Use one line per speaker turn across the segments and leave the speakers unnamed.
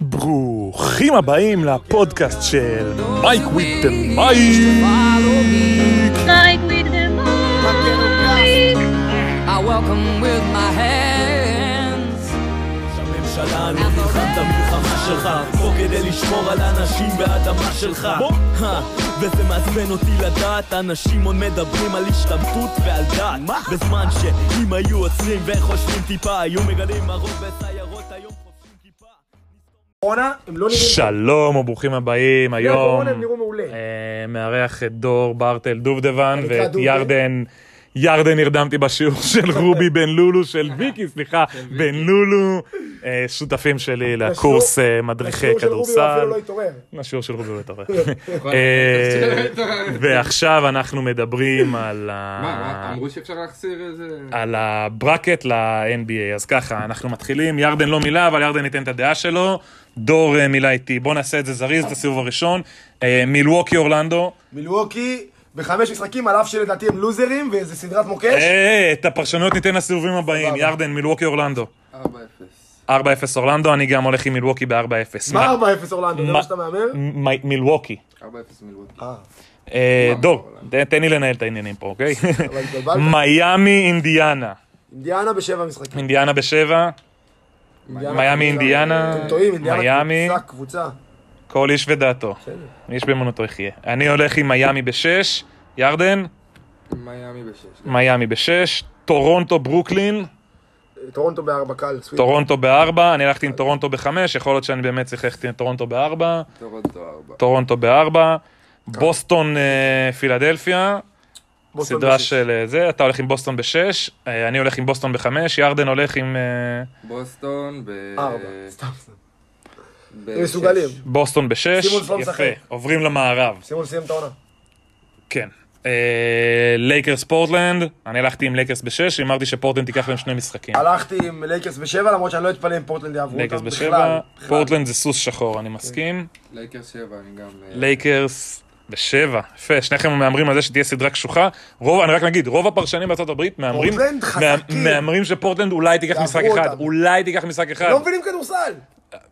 ברוכים הבאים לפודקאסט של מייק וויט מייק.
Like with the mic.
I welcome with my hands.
הממשלה נלחם את המלחמה שלך, פה כדי לשמור על האנשים והאדמה שלך. אה, וזה מעצבן אותי לדעת, אנשים עוד מדברים על השתמטות ועל דת. בזמן שאם היו עוצרים וחושבים טיפה, היו מגלים הרוב בסיירות היום חופשים כיפה.
קורונה, הם לא נראים...
שלום וברוכים הבאים היום.
קורונה, הם נראו מעולה.
אה, מארח את דור ברטל דובדבן
אני נקרא
ואת
דובדבן.
ירדן. ירדן נרדמתי בשיעור של רובי בן לולו, של ויקי, סליחה, בן לולו, אה, שותפים שלי לקורס אה, מדריכי
השיעור של רובי הוא
כדורסל.
אפילו לא התעורר.
השיעור של רובי בטח. אה, ועכשיו אנחנו מדברים על ה-
מה,
אה.
מה, אמרו שאפשר להחסיר איזה...
על הברקט ל-NBA. אז ככה, אנחנו מתחילים, ירדן לא מילה, אבל ירדן ייתן את הדעה שלו. דור אה, מילה איתי. בוא נעשה את זה זריז, את הסיבוב הראשון. אה, מילווקי אורלנדו.
מילווקי בחמש משחקים, על אף שלדעתי הם לוזרים, ואיזה סדרת מוקש.
אה, את הפרשנויות ניתן לסיבובים הבאים.
סבבה.
ירדן, מילווקי אורלנדו.
4-0.
4-0 אורלנדו, אני גם הולך עם מילווקי ב-4-0.
מה 4-0 אורלנדו? זה
מה-
מה שאתה מהמר?
מ- מילווקי.
4-0 מלווקי.
אה,
אה,
מה,
דור,
אורלנדו?
תן לי לנהל את העניינים פה, אוקיי?
אבל התבלבלת.
מיאמי אינדיאנה.
אינדיאנה בשבע משחקים.
אינדיאנה בשבע, מיאמי אינדיאנה,
אתם טועים, אינדיאנה
מיאמי,
קבוצה, קבוצה.
כל איש ודעתו.
בסדר.
איש באמונתו יחיה. אני הולך עם מיאמי בשש, ירדן,
מיאמי ב-6.
מיאמי בשש, טורונטו ברוקלין,
טורונטו בארבע קל, סוויט.
טורונטו בארבע, אני הלכתי עם טורונטו בחמש, יכול להיות שאני באמת צריך ללכת עם טורונטו בארבע,
טורונטו 4.
טורונטו בארבע, בוסטון אה, פילדלפיה,
בוסטון
סדרה
בשש.
של אה, זה, אתה הולך עם בוסטון בשש, אה, אני הולך עם בוסטון בחמש, ירדן הולך עם אה,
בוסטון ב...
ארבע, סתם. סתם.
ב-
הם מסוגלים.
שש.
בוסטון בשש,
סימון פרום
יפה,
משחק.
עוברים למערב,
סימון סיים את העונה.
כן. אה, לייקרס פורטלנד, אני הלכתי עם לייקרס בשש, אמרתי שפורטלנד תיקח להם שני משחקים.
הלכתי עם לייקרס בשבע, למרות שאני לא אתפלא אם פורטלנד יעברו אותם.
לייקרס בשבע,
בכלל. כן.
פורטלנד זה סוס שחור, אני מסכים.
לייקרס 7, אני גם... אה,
לייקרס בשבע, יפה, שניכם מהמרים על זה שתהיה סדרה קשוחה. רוב, אני רק נגיד, רוב הפרשנים בארצות הברית מהמרים,
פורטלנד
מה-
חזקים.
מהמרים שפורטלנד אולי תיקח
יעברו
משחק
אותם.
אחד, אולי תיקח משחק אחד,
לא מבינים כדורסל.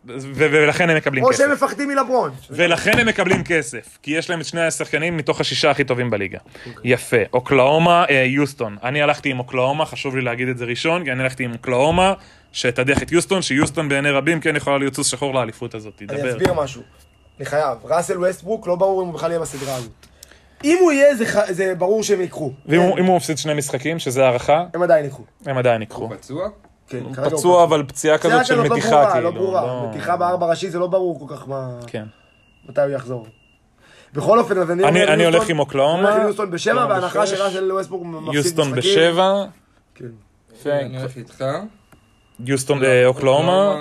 ו- ולכן הם מקבלים
או
כסף.
שהם מפחדים מלברון.
ולכן הם מקבלים כסף, כי יש להם את שני השחקנים מתוך השישה הכי טובים בליגה.
אוקיי.
יפה, אוקלאומה, אה, יוסטון. אני הלכתי עם אוקלאומה, חשוב לי להגיד את זה ראשון, כי אני הלכתי עם אוקלאומה, שתדיח את יוסטון, שיוסטון בעיני רבים כן יכולה להיות סוס שחור לאליפות הזאת,
אני
דבר.
אסביר משהו. אני חייב. ראסל ווסטברוק, לא ברור אם הוא בכלל יהיה בסדרה הזאת. אם הוא יהיה, זה ח- זה ברור שהם ייקחו. כן,
ואם הוא- אם הוא מפסיד שני משחקים, שזה הערכה,
הם עדיין ייקחו.
הם עדיין ייקחו.
פצוע?
כן, כרגע הוא
פצוע אבל פציעה כזאת של
כזאת לא
מתיחה,
ברורה,
כאילו.
לא ברורה.
לא-
מתיחה בארבע ראשי זה לא ברור כל כך מה...
כן.
מתי הוא יחזור. בכל אופן, אז אני...
אני-
אומר
אני
יוסטון-
הולך עם אוקלאומה.
אני הולך עם יוסטון בשבע,
אוקלאומה
בהנחה
בשש.
שראסל ווסטברוק מפסיד משחקים.
יוסטון בשבע,
כן.
יפה.
אני לא, הולך איתך.
יוסטון אה, אוקלאומה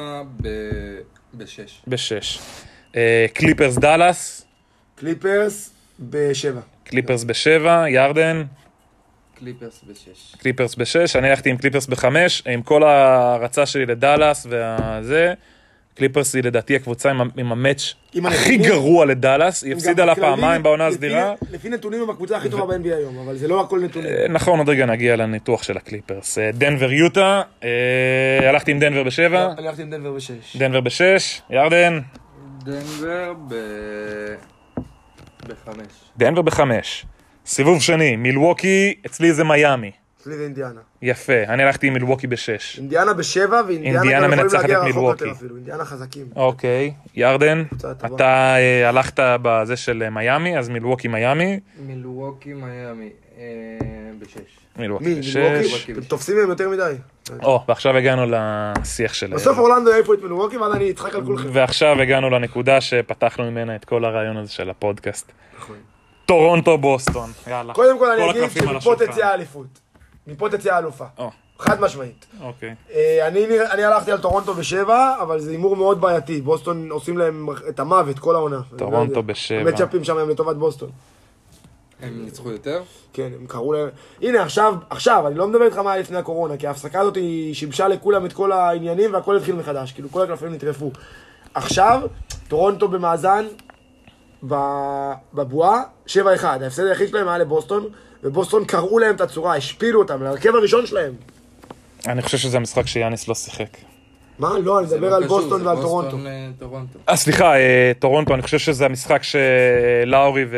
ב-6.
בשש. אה, קליפרס דאלאס,
קליפרס בשבע.
קליפרס בשבע, ירדן,
קליפרס ב-6.
קליפרס בשש, אני הלכתי עם קליפרס בחמש, עם כל ההערצה שלי לדאלאס והזה. קליפרס היא לדעתי הקבוצה עם ה- עם המאץ'
עם
הכי
הנתונים.
גרוע לדאלאס, היא הפסידה לה
גם כללי,
פעמיים בעונה
לפי-
הסדירה.
לפי נתונים הם הקבוצה הכי טובה ב-NBA היום, אבל זה לא הכל נתונים.
אה, נכון, עוד רגע נגיע לניתוח של הקליפרס. אה, דנבר יוטה, אה, הלכתי עם דנבר בשבע,
אני הלכתי עם דנבר בשש.
דנבר בשש, ירדן,
דנבר ב... ב-5.
דנבר בחמש. סיבוב שני, מילווקי, אצלי זה מיאמי.
אצלי זה אינדיאנה.
יפה, אני הלכתי עם מילווקי בשש.
אינדיאנה בשבע, ואינדיאנה
אינדיאנה
גם יכולים
מנצחת
להגיע
את
רחוק
מילווקי.
יותר אפילו, אינדיאנה חזקים.
אוקיי, ירדן,
קבוצה טובה.
אתה אה, הלכת בזה של אה, מיאמי, אז מילווקי מיאמי,
מילווקי מיאמי אה, ב-6.
מילווקי
מי,
בשש.
מילווקי? תופסים מהם יותר מדי.
או, ועכשיו הגענו לשיח של... אה,
בסוף אורלנדו יעיפו את מילווקי, ואז אני אצחק על כולכם.
ועכשיו הגענו לנקודה שפתחנו ממנה את כל הרעיון הזה של הפודקאסט. טורונטו בוסטון, יאללה.
נכון. קודם כל אני
כל
אגיד
הקלפים על
שמפה
השולחן.
תצא האליפות. מפה תצא האלופה.
או,
חד משמעית.
אוקיי.
אה, אני נרא- אני הלכתי על טורונטו בשבע, אבל זה הימור מאוד בעייתי. בוסטון עושים להם את המוות כל העונה. לא
טורונטו בשבע.
המצ'אפים שם הם לטובת בוסטון.
הם ניצחו יותר?
כן, הם קראו להם... הנה, עכשיו, עכשיו, אני לא מדבר איתך מה היה לפני הקורונה, כי ההפסקה הזאת היא שיבשה לכולם את כל העניינים והכל התחיל מחדש, כאילו כל הקלפים נטרפו. עכשיו, טורונטו במאזן, ב- בבועה, 7-1. ההפסד היחיד שלהם היה לבוסטון, ובוסטון קרעו להם את הצורה, השפילו אותם, להרכב הראשון שלהם.
אני חושב שזה המשחק שיאניס לא שיחק.
מה? לא, אני
זה
מדבר
לא
על
קשור,
בוסטון
זה
ועל
בוסטון,
טורונטו.
אה, טורונטו.
אה, סליחה, אה, טורונטו, אני חושב שזה המשחק שלאורי ו...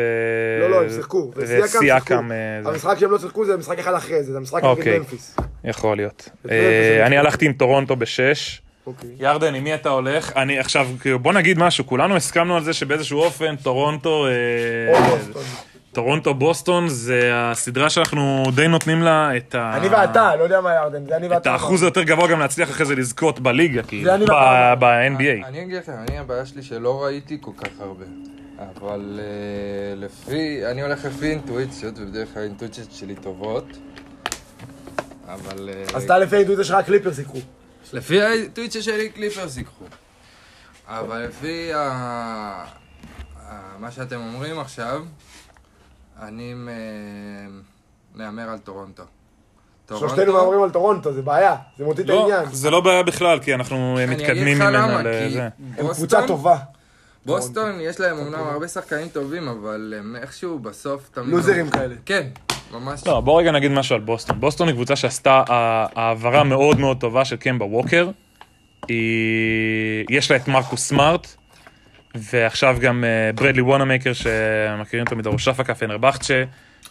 לא, לא, הם שיחקו. וסיאקם
וסיאקם,
שיחקו.
אה, זה-
המשחק שהם לא שיחקו זה המשחק אחד אחרי זה, זה המשחק נגד
אוקיי.
ממפיס.
יכול להיות.
זה
אה,
זה
אני
זה.
הלכתי עם טורונטו בשש.
אוקיי.
ירדן, עם מי אתה הולך? אני עכשיו, כאילו, בוא נגיד משהו, כולנו הסכמנו על זה שבאיזשהו אופן טורונטו... אה,
או בוסטון.
טורונטו בוסטון זה הסדרה שאנחנו די נותנים לה את ה...
אני ואתה, לא יודע מה ירדן, זה אני ואתה.
את האחוז היותר גבוה גם להצליח אחרי זה לזכות בליגה, כאילו,
אני
ב-
ואתה.
ב-NBA.
אני אגיד לכם, אני הבעיה שלי שלא ראיתי כל כך הרבה. אבל אה, לפי, אני הולך לפי אינטואיציות, ובדרך כלל האינטואיציות שלי טובות. אבל... אה,
אז אתה לפי העידוד שלך הקליפרס יקחו.
לפי הטוויצ'ר שלי קליפרס ייקחו. אבל לפי ה... ה- מה שאתם אומרים עכשיו, אני מ- מהמר על טורונטו.
שלושתנו מהמרים על טורונטו, זה בעיה. זה מוציא את
לא,
העניין.
זה לא בעיה בכלל, כי אנחנו אה, מתקדמים ממנה לזה.
כי
הם קבוצה
בוסטון,
טובה.
אה,
בוסטון יש להם אמנם הרבה שחקנים טובים, אבל הם איכשהו בסוף תמיד...
לוזרים כאלה.
כן, ממש.
לא, בוא רגע נגיד משהו על בוסטון. בוסטון היא קבוצה שעשתה אה, העברה מאוד מאוד טובה של קמבה ווקר. היא... יש לה את מרקוס סמארט, ועכשיו גם אה, ברדלי וונאמקר, שמכירים אותו מדרושפה פנרבכצ'ה. אה,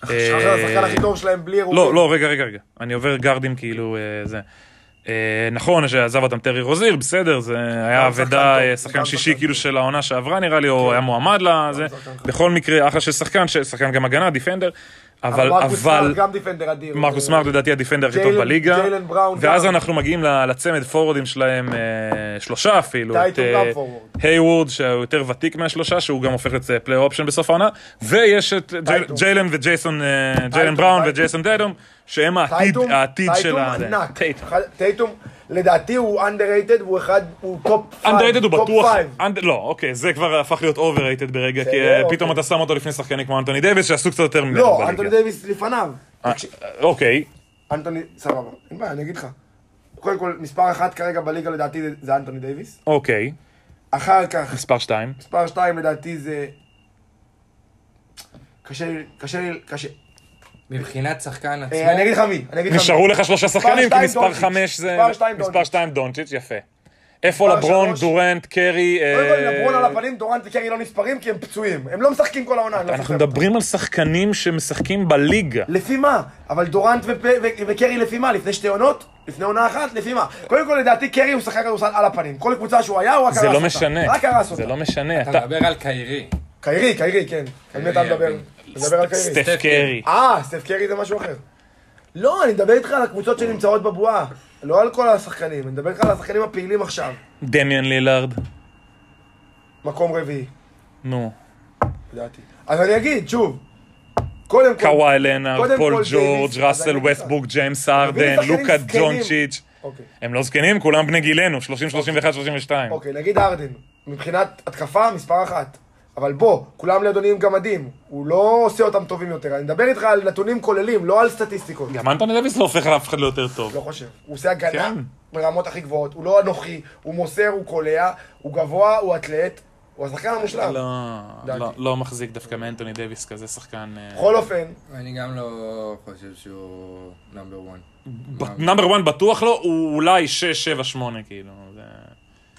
עכשיו זה השחקן הכי טוב שלהם בלי אירועים.
לא, לא, רגע, רגע, רגע. אני עובר גארדים כאילו אה, זה. אה, נכון שעזב אותם טרי רוזיר, בסדר, זה היה
שחקן
אבדה,
טוב, כן.
אה,
גם
שחקן שישי
שחקן
כאילו של העונה שעברה נראה לי, או היה מועמד לזה. בכל מקרה, אחלה של שחקן, ש- שחקן גם הגנה, דיפנדר. אבל,
מרקוס
אבל,
סמארט גם דיפנדר אדיר.
מרקוס
אה,
סמארט לדעתי הדיפנדר הכי טוב
ג'יילן-
בליגה.
ג'יילן בראון
ואז
גם.
אנחנו מגיעים ל- לצמד פורורדים שלהם, אה, שלושה אפילו. את,
טייטום גם
אה,
פורוורד.
הייוורד, שהוא יותר ותיק מהשלושה, שהוא גם הופך לפלייר אופשן בסוף העונה. ויש את ג'י-
טייטום.
ג'יילן וג'ייסון, אה, ג'יילן
טייטום,
בראון
טייטום.
וג'ייסון דדום, שהם העתיד
טייטום-
העתיד של ה...
טייטום ענק.
טייטום.
אחד- טייטום, לדעתי הוא underrated והוא אחד, הוא טופ פייב.
underrated הוא
טופ
בטוח,
פייב.
under- לא, אוקיי, זה כבר הפך להיות overrated ברגע, כי
בסדר,
אה, פתאום
אוקיי.
אתה שם אותו לפני שחקנים כמו אנטוני דייוויס, שעשו קצת יותר ממנו
לא, אנטוני
בליגה.
דייוויס לפניו.
אה, אוקיי,
אנטוני, סבבה. אין בעיה, אני אגיד לך. קודם כל, מספר אחת כרגע בליגה לדעתי זה- זה אנטוני דייוויס.
אוקיי,
אחר כך,
מספר שתיים.
מספר שתיים לדעתי זה... קשה לי, קשה לי, קשה.
מבחינת שחקן עצמו,
אה, אני אגיד לך מי, אני אגיד לך מי.
נשארו לך שלושה שחקנים, כי
שתיים
מספר
דונצ'יץ'.
חמש זה...
מספר שתיים
מספר
דונצ'יץ'.
שתיים דונצ'יץ', יפה. איפה לברון,
שלוש-
דורנט, קרי...
קודם כל,
אה,
לברון על הפנים, דורנט וקרי לא נספרים כי הם פצועים. הם לא משחקים כל העונה, אני לא
אנחנו
סופר.
מדברים על שחקנים שמשחקים בליגה.
לפי מה? אבל דורנט ופ... ו... וקרי לפי מה? לפני שתי עונות? לפני עונה אחת? לפי מה? קודם כל, לדעתי, קרי הוא שחקן כדורסל על הפנים. כל קבוצה שהוא היה, הוא רק הרס
זה
אותה.
לא משנה.
רק הרס אותה.
זה לא משנה.
אתה
אתה-
מדבר על קיירי.
קיירי, קיירי, כן. על מי אתה מדבר?
אבין.
אתה מדבר על קיירי.
אה, סטף קרי.
אה, סטף קרי זה משהו אחר. לא, אני מדבר איתך על הקבוצות שנמצאות בבועה. לא על כל השחקנים, אני מדבר איתך על השחקנים הפעילים עכשיו.
דמיאן לילארד.
מקום רביעי,
נו.
לדעתי. אז אני אגיד, שוב. קודם כל...
קוואי לנארד,
קודם
פול
כל
ג'ורג',
דייוויס, אז
ראסל
אני אגיד לך.
ווסטבוק, ג'יימס
מבין
ארדן,
שחקנים
לוקה
זקנים.
דונצ'יץ'.
אוקיי.
הם לא זקנים, כולם בני גילנו, 30, 31, 32.
אוקיי, נגיד ארדן, מבחינת התקפה, מספר אחת. אבל בוא, כולם לאדוניים גמדים, הוא לא עושה אותם טובים יותר. אני מדבר איתך על נתונים כוללים, לא על סטטיסטיקות.
גם אנטוני דוויס לא הופך לאף אחד ליותר טוב.
לא חושב. הוא עושה הגנה
כן.
ברמות הכי גבוהות, הוא לא אנוכי, הוא מוסר, הוא קולע, הוא גבוה, הוא אתלט, הוא השחקן המושלם.
לא,
דעתי.
לא- לא מחזיק דווקא מאנטוני דוויס כזה שחקן... אה,
בכל אופן,
אני גם לא חושב שהוא נאמבר 1.
נאמבר 1 בטוח לא, הוא אולי 6, 7, 8 כאילו. זה-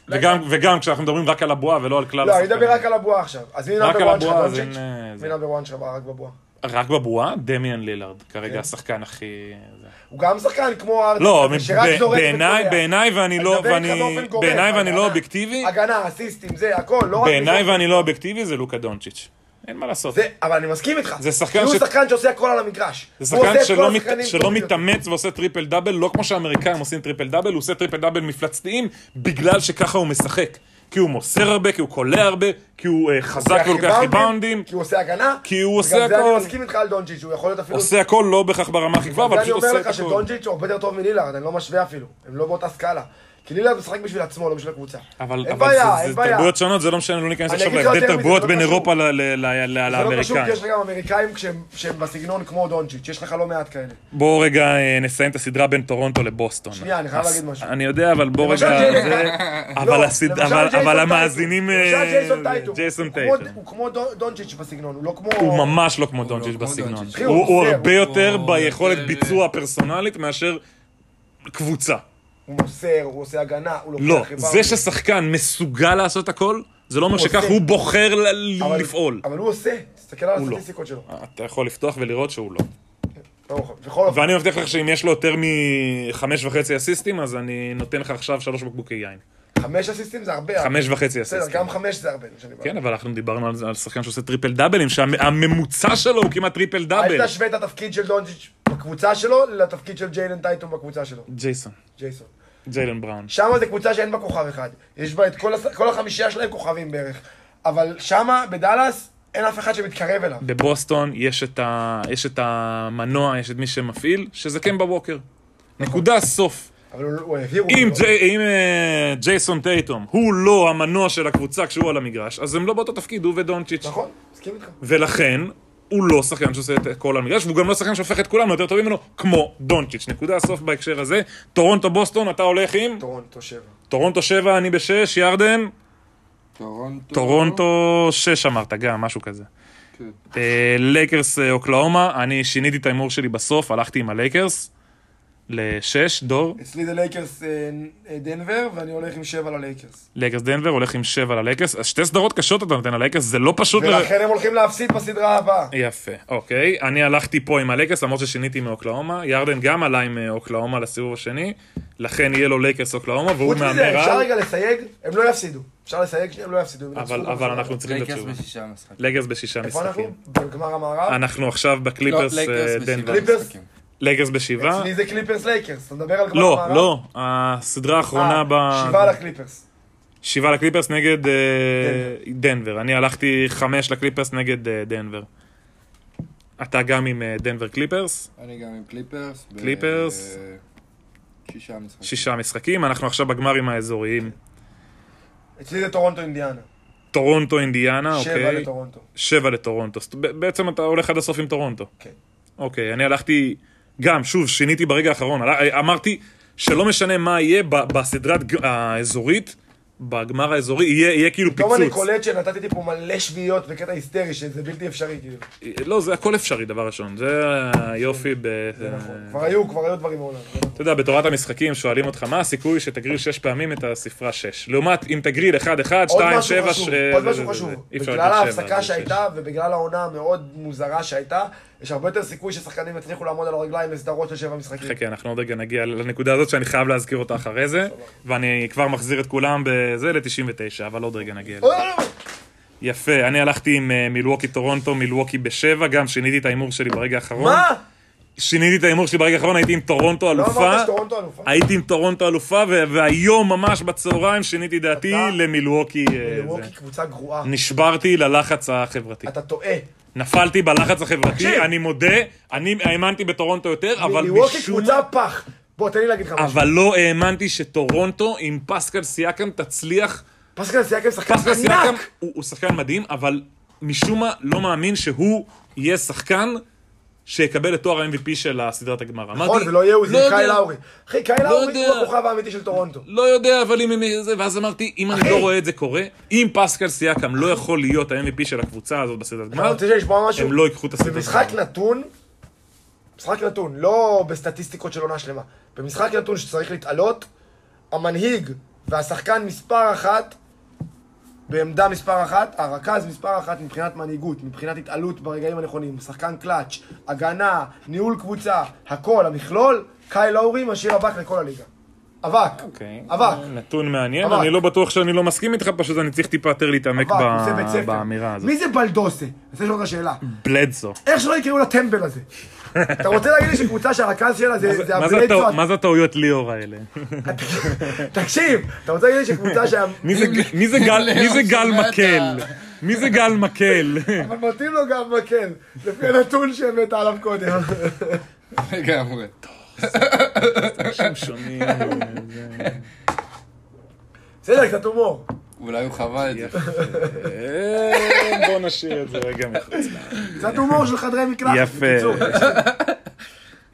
וגם- וגם כשאנחנו מדברים רק על הבועה ולא על כלל
לא, אני מדבר רק על הבועה עכשיו. אז מי
רק
נאמבר
על
וואן שלך,
הבועה, אז
דונצ'יץ'?
אין, אה, זה.
מי נאמבר וואן שלך רק בבועה?
רק בבועה, דמיאן לילארד,
כן.
כרגע השחקן הכי... זה.
הוא גם שחקן כמו ארדן,
לא,
כזה,
מ-
שרק
ב-
זורק
בעיניי,
וקולע.
בעיניי ואני
אני
לא,
מדבר איתך
ואני,
באופן גורף,
בעיניי ואני לא
הגנה.
אובייקטיבי,
הגנה, אסיסטים, זה, הכל, לא רק...
בעיניי
לזרוק.
ואני לא אובייקטיבי זה לוקה דונצ'יץ'. אין מה לעשות.
זה, אבל אני מסכים איתך.
זה שחקן
כי הוא
ש-
שחקן שעושה הכל על המגרש.
זה
הוא עושה
שחקן
את כל
שלא, מת,
השחקנים
שלא
טובים.
מתאמץ ועושה טריפל דאבל, לא כמו שהאמריקאים עושים טריפל דאבל, הוא עושה טריפל דאבל מפלצתיים בגלל שככה הוא משחק. כי הוא מוסר הרבה, כי הוא קולע הרבה, כי הוא אה, חזק
כי הוא
ולוקח
ריבאונדים,
ריבאונדים,
כי הוא עושה הגנה.
כי הוא עושה
וגם זה
הכל.
אני מסכים איתך על דונג'יץ', הוא יכול להיות אפילו...
עושה הכל לא בהכרח ברמה הכי גבוהה,
זה
אבל
אני
פשוט
אומר
עושה את
לך
הכל.
שדונג'יץ' הוא הרבה יותר טוב מלילארד, אני לא משווה אפילו. הם לא באותה סקאלה. כי לילארד משחק בשביל עצמו, לא בשביל הקבוצה.
אבל,
אין
אבל
בעיה,
זה,
אין
זה
בעיה.
תרבויות שונות, זה לא משנה, לא ניכנס
אני
עכשיו
אגיד לך
להבדל
יותר מזה,
תרבויות
זה לא
בין
קשור.
אירופה ל- ל- ל- ל-
זה לא קשור,
לאמריקאים.
כי יש לך גם אמריקאים כשהם- שהם בסגנון כמו דונג'יץ', יש לך לא מעט כאלה.
בואו רגע אה, נסיים את הסדרה בין טורונטו לבוסטון.
שנייה, אני חייב
אז-
להגיד משהו.
אני יודע, אבל בואו
למשל
רגע... זה-
ג'ייסון טייטום.
אבל
לא,
הסד-
למשל
אבל-
ג'ייסון
אבל
טייטום.
המאזינים... אה,
למשל ג'ייסון טייטום.
ג'ייסון
הוא כמו-
טייטום.
הוא כמו דו- דונג'יץ' בסגנון, הוא לא כמו...
הוא ממש לא כמו דונג'יץ'
לא כמו
בסגנון.
דונצ'יץ'.
אחי, הוא
הוא הוא
עושה,
הרבה
הוא-
יותר
הוא
ביכולת
יותר-
ביצוע פרסונלית מאשר קבוצה.
הוא מוסר, הוא עושה הגנה, הוא כאילו- לוקח...
לא,
ריבאונד.
זה ששחקן מסוגל לעשות הכל, זה לא אומר
הוא
שכך
עושה.
הוא בוחר ל-
אבל-
לפעול.
אבל הוא עושה, תסתכל על
הוא לא.
הסטטיסטיקות שלו.
אתה יכול לפתוח ולראות שהוא לא.
לא, בכל אופן,
ואני מבטיח לך שאם יש לו יותר מחמש וחצי אסיסטים, אז אני נותן לך עכשיו שלוש בקבוקי יין.
חמש אסיסטים זה הרבה.
חמש וחצי
בסדר,
אסיסטים.
גם חמש זה הרבה. זה מה שאני בא.
כן, אבל אנחנו דיברנו על, זה- על שחקן שעושה טריפל דאבלים, שהממוצע שלו הוא כמעט טריפל דאבל.
אל תשווה את התפקיד של דונג'יץ' בקבוצה שלו לתפקיד של ג'יילן טייטום בקבוצה שלו,
ג'ייסון,
ג'ייסון.
ג'יילן בראון.
שם זה קבוצה שאין בה כוכב אחד. יש בה את כל, הס... כל החמישייה שלהם כוכבים בערך. אבל שמה, בדאלאס, אין אף אחד שמתקרב אליו.
בבוסטון יש את, ה, יש את המנוע, יש את מי שמפעיל, שזה קמבה ווקר. נקודה סוף.
אבל הוא, הוא העביר... הוא
אם,
לא-
ג'י, אם אה, ג'ייסון טייטום הוא לא המנוע של הקבוצה כשהוא על המגרש, אז הם לא באותו תפקיד, הוא ודונצ'יץ'.
נכון, מסכים איתך.
ולכן, הוא לא שחקן שעושה את הכל על המגרש, והוא גם לא שחקן שהופך את כולם ליותר טובים ממנו, כמו דונצ'יץ'. נקודה סוף בהקשר הזה. טורונטו בוסטון, אתה הולך עם?
טורונטו שבע.
טורונטו 7, אני בשש, ירדן?
טורונטו.
טורונטו 6 אמרת גם, משהו כזה.
כן.
אה, לייקרס אה, אוקלאומה, אני שיניתי את ההימור שלי בסוף, הלכתי עם הלייקרס. לשש, דור,
אצלי זה לייקרס אה, אה, דנבר, ואני הולך עם שבע ללייקרס.
לייקרס דנבר, הולך עם שבע ללייקרס, אז שתי סדרות קשות אתה נותן ללייקרס, זה לא פשוט... ל-
ולכן הם הולכים להפסיד בסדרה הבאה.
יפה, אוקיי. אני הלכתי פה עם הלייקרס, למרות ששיניתי מאוקלאומה. ירדן גם עלה עם אה, אוקלאומה לסיבוב השני, לכן יהיה לו לייקרס אוקלאומה, והוא
חוץ מזה,
מהמר
אפשר
על...
רגע לסייג? הם לא יפסידו. אפשר לסייג שהם לא יפסידו. הם
אבל-
ינצחו
אבל
בסדרה.
אנחנו צריכים את
לייקרס
התשובה.
בשישה משחקים.
לייקרס בשישה
איפה אנחנו?
משחקים.
בגמר המערב?
אנחנו עכשיו
לא,
בקליפרס אה,
לייקרס
דנבר.
קליפרס?
בשישה משחקים.
לייקרס בשבעה.
אצלי זה קליפרס לייקרס, אתה מדבר על גמר
לא,
המערב?
לא, הסדרה האחרונה
אה,
ב...
שבעה לקליפרס.
שבעה לקליפרס נגד אה, דנבר. אני הלכתי חמש לקליפרס נגד אה, דנבר. אתה גם עם אה, דנבר קליפרס?
אני גם עם קליפרס. ב-
קליפרס.
שישה משחקים.
שישה משחקים, אנחנו עכשיו בגמרים האזוריים.
אצלי זה טורונטו אינדיאנה.
טורונטו אינדיאנה,
שבע
אה, אוקיי.
לטורונטו.
שבע לטורונטו. זאת- ב- בעצם אתה הולך עד הסוף עם טורונטו.
כן.
אוקיי, אני הלכתי, גם, שוב, שיניתי ברגע האחרון. עלה- אמרתי שלא משנה מה יהיה ב- בסדרת ג- האזורית, בגמר האזורי, יהיה יהיה כאילו
פתאום אני
פיצוץ.
קולט שנתתי פה מלא שביעיות בקטע היסטרי, שזה בלתי אפשרי, כאילו.
לא, זה הכל אפשרי, דבר ראשון. זה היופי ב...
נכון. כבר היו, כבר היו דברים מעולם. זה נכון.
אתה יודע, בתורת המשחקים שואלים אותך, מה הסיכוי שתגריל שש פעמים את הספרה שש? לעומת אם תגריל 1, 1,
עוד
2,
משהו
7,
חשוב, עוד משהו חשוב. בגלל ההפסקה שהייתה ובגלל העונה המאוד מוזרה שהייתה, יש הרבה יותר סיכוי ששחקנים יצליחו לעמוד על הרגליים בסדרות של שבע משחקים.
חכה, אנחנו עוד רגע נגיע לנקודה הזאת שאני חייב להזכיר אותה אחרי זה, ואני כבר מחזיר את כולם בזה ל-99, אבל עוד רגע נגיע לזה.
לא, לא, לא.
יפה, אני הלכתי עם אה, מילווקי טורונטו, מילווקי בשבע, גם שיניתי את ההימור שלי ברגע האחרון.
מה?
שיניתי את ההימור שלי ברגע האחרון, הייתי עם טורונטו
אה, לא
אלופה.
אמרת שטורונטו אלופה?
הייתי עם טורונטו אלופה, ו- והיום ממש בצהריים שיניתי דעתי
אתה-
למילווקי. אה,
מילווקי
זה.
קבוצה גרועה.
נשברתי ללחץ החברתי.
אתה טועה.
נפלתי בלחץ החברתי,
תקשיב.
אני מודה, אני האמנתי בטורונטו יותר, אבל
מילווקי
משום...
קבוצה פח. בוא, תן לי להגיד לך משהו.
אבל לא האמנתי שטורונטו עם פסקל סיאקם תצליח.
פסקל סייקם שחקן
פסקל סיאקם
ענק.
הוא הוא שחקן מדהים, אבל משום מה לא מאמין שהוא יהיה שחקן שיקבל את תואר ה-MVP של הסדרת הגמר.
נכון,
אמרתי,
זה לא יהיה הוא, זה
לא
יהיה
יודע. לא
קייל האורי. אחי, קייל האורי
יודע.
הוא הכוכב האמיתי של טורונטו.
לא יודע, אבל אם הם... זה, ואז אמרתי, אם אני
אחי.
לא רואה את זה קורה, אם פסקל סיאקם לא יכול להיות ה-MVP של הקבוצה הזאת בסדרת
אתה
גמר,
רוצה לשמוע משהו?
הם לא ייקחו את הסדרת
במשחק
גמר.
נתון, משחק נתון, לא בסטטיסטיקות של עונה שלמה. במשחק נתון שצריך להתעלות, המנהיג והשחקן מספר אחת, בעמדה מספר אחת, הרכז מספר אחת מבחינת מנהיגות, מבחינת התעלות ברגעים הנכונים, שחקן קלאץ', הגנה, ניהול קבוצה, הכל, המכלול, קייל אורי משאיר אבק לכל הליגה. אבק,
אוקיי.
אבק.
נתון מעניין,
אבק.
אני לא בטוח שאני לא מסכים איתך, פשוט אני צריך טיפה יותר להתעמק
אבק,
ב-
עושה בית ספר.
באמירה הזאת.
מי זה בלדוסה? אני רוצה לשאול אותך שאלה.
בלדסו.
איך שלא יקראו לטמבל הזה. אתה רוצה להגיד לי שקבוצה שהרכז שלה זה זה
מה זה
הבליידסו?
הטעו- מה זה הטעויות ליאור האלה?
תקשיב, אתה רוצה להגיד לי שקבוצה שה...
מי זה- מי זה גל- מי זה גל
שומע את ה-
מקל? מי זה גל מקל?
אבל מתאים לו גם מקל, לפי הנתון שהבאת עליו קודם.
לגמרי.
שם שונים.
בסדר, קצת הומור.
אולי הוא חווה את זה.
אה, בוא נשאיר את זה רגע מחוץ.
קצת הומור של חדרי מקלחת.
יפה.
בקיצור.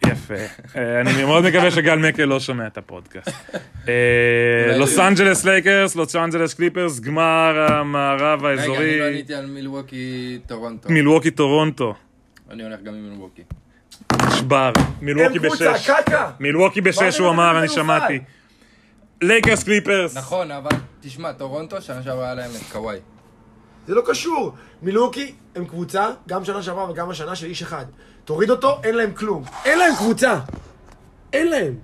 יפה. אה, אני מאוד מקווה שגל מקל לא שומע את הפודקאסט. אה, לוס
לא.
אנג'לס לייקרס, לוס אנג'לס קליפרס, גמר המערב
רגע, אני לא
האזורי,
עניתי על מילווקי טורונטו.
מילווקי טורונטו,
אני הולך גם עם מילווקי.
נשבר,
הם
מילווקי
קבוצה,
בשש.
קקה.
מילווקי בשש,
אמרתם
הוא
את זה
אמר, אני
במיוחד.
שמעתי. לייקרס קליפרס.
נכון, אבל תשמע, טורונטו, שנה שעברה היה להם את קוואי.
זה לא קשור. מילואוקי הם קבוצה, גם שנה שעברה וגם השנה של איש אחד. תוריד אותו, אין להם כלום. אין להם קבוצה. אין להם.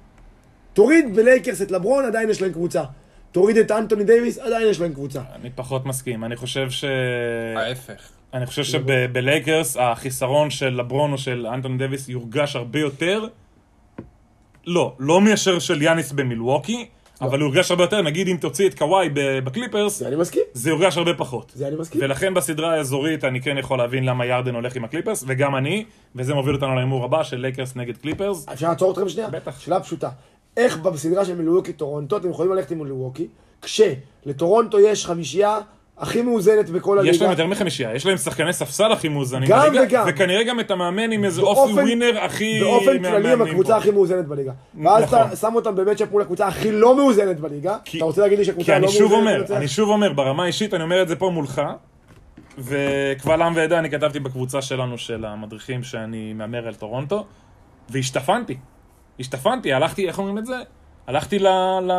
תוריד בלייקרס את לברון, עדיין יש להם קבוצה. תוריד את אנטוני דייוויס, עדיין יש להם קבוצה.
אני פחות מסכים, אני חושב ש...
כן.
ההפך.
אני חושב
לא-
שבלייקרס החיסרון של לברון או של אנטון דוויס יורגש הרבה יותר, לא, לא מאשר של יאניס במילווקי, אבל הוא יורגש הרבה יותר, נגיד אם תוציא את קוואי ב- בקליפרס,
לא. זה אני מסכים.
זה יורגש הרבה פחות.
זה אני מסכים.
ולכן בסדרה האזורית אני כן יכול להבין למה ירדן הולך עם הקליפרס, וגם אני, וזה מוביל אותנו להימור הבא של לייקרס נגד קליפרס.
אפשר לעצור אתכם שנייה?
בטח.
שאלה פשוטה. איך בסדרה של מילואוקי טורונטו אתם יכולים ללכת עם מילואוקי, כשלטורונטו יש חמישייה הכי מאוזנת בכל הליגה?
יש להם יותר מחמישייה, יש להם שחקני ספסל הכי מאוזנים.
גם
בליגה,
וגם.
וכנראה גם את המאמן עם איזה
באופן-
אופי ווינר הכי...
באופן כללי
מהמאמנים
הם הקבוצה
פה.
הכי מאוזנת בליגה. ואז
נכון.
אתה שם אותם במצ'אפ מול הקבוצה הכי לא מאוזנת בליגה.
כי-
אתה רוצה להגיד לי
כי
שהקבוצה
אני
לא
שוב אומר,
מאוזנת?
אני שוב אומר, ברמה האישית, אני אומר את זה פה מולך, וקבל עם ועדה אני כתבתי בקבוצה שלנו של המדריכים שאני מהמר על טורונטו, והשתפנתי. השתפנתי, הלכתי, איך אומרים את זה? הלכתי ל... ל...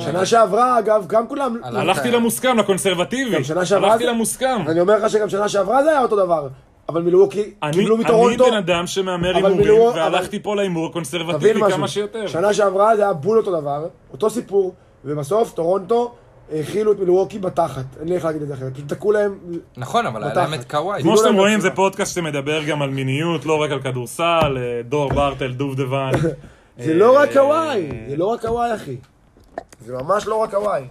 שנה שעברה, אגב, גם כולם...
הלך.
הלכתי למוסכם, לקונסרבטיבי.
גם שנה שעברה
הלכתי
זה-
למוסכם.
אני אומר לך שגם שנה שעברה זה היה אותו דבר. אבל מילואוקי
אני,
קיבלו
אני
מטורונטו.
בן אדם שמהמר
אבל
הימורים,
בלואו-
והלכתי פה להימור
תבין
הקונסרבטיבי כמה שיותר.
משהו. שנה שעברה זה היה בול אותו דבר, אותו סיפור, ובסוף טורונטו האכילו את מילואוקי בתחת. אין לי איך להגיד את זה אחרת. פשוט תקעו להם...
נכון, אבל היה להם את
בתחת.
קוואי.
כמו שאתם
להם
רואים, זה
בצורה.
פודקאסט שמדבר גם על מיניות, לא רק על כדורסל, אה, דור ברטל, דובדבן.
זה לא רק
אה.
הוואי, זה לא רק הוואי, אחי. זה ממש לא רק הוואי.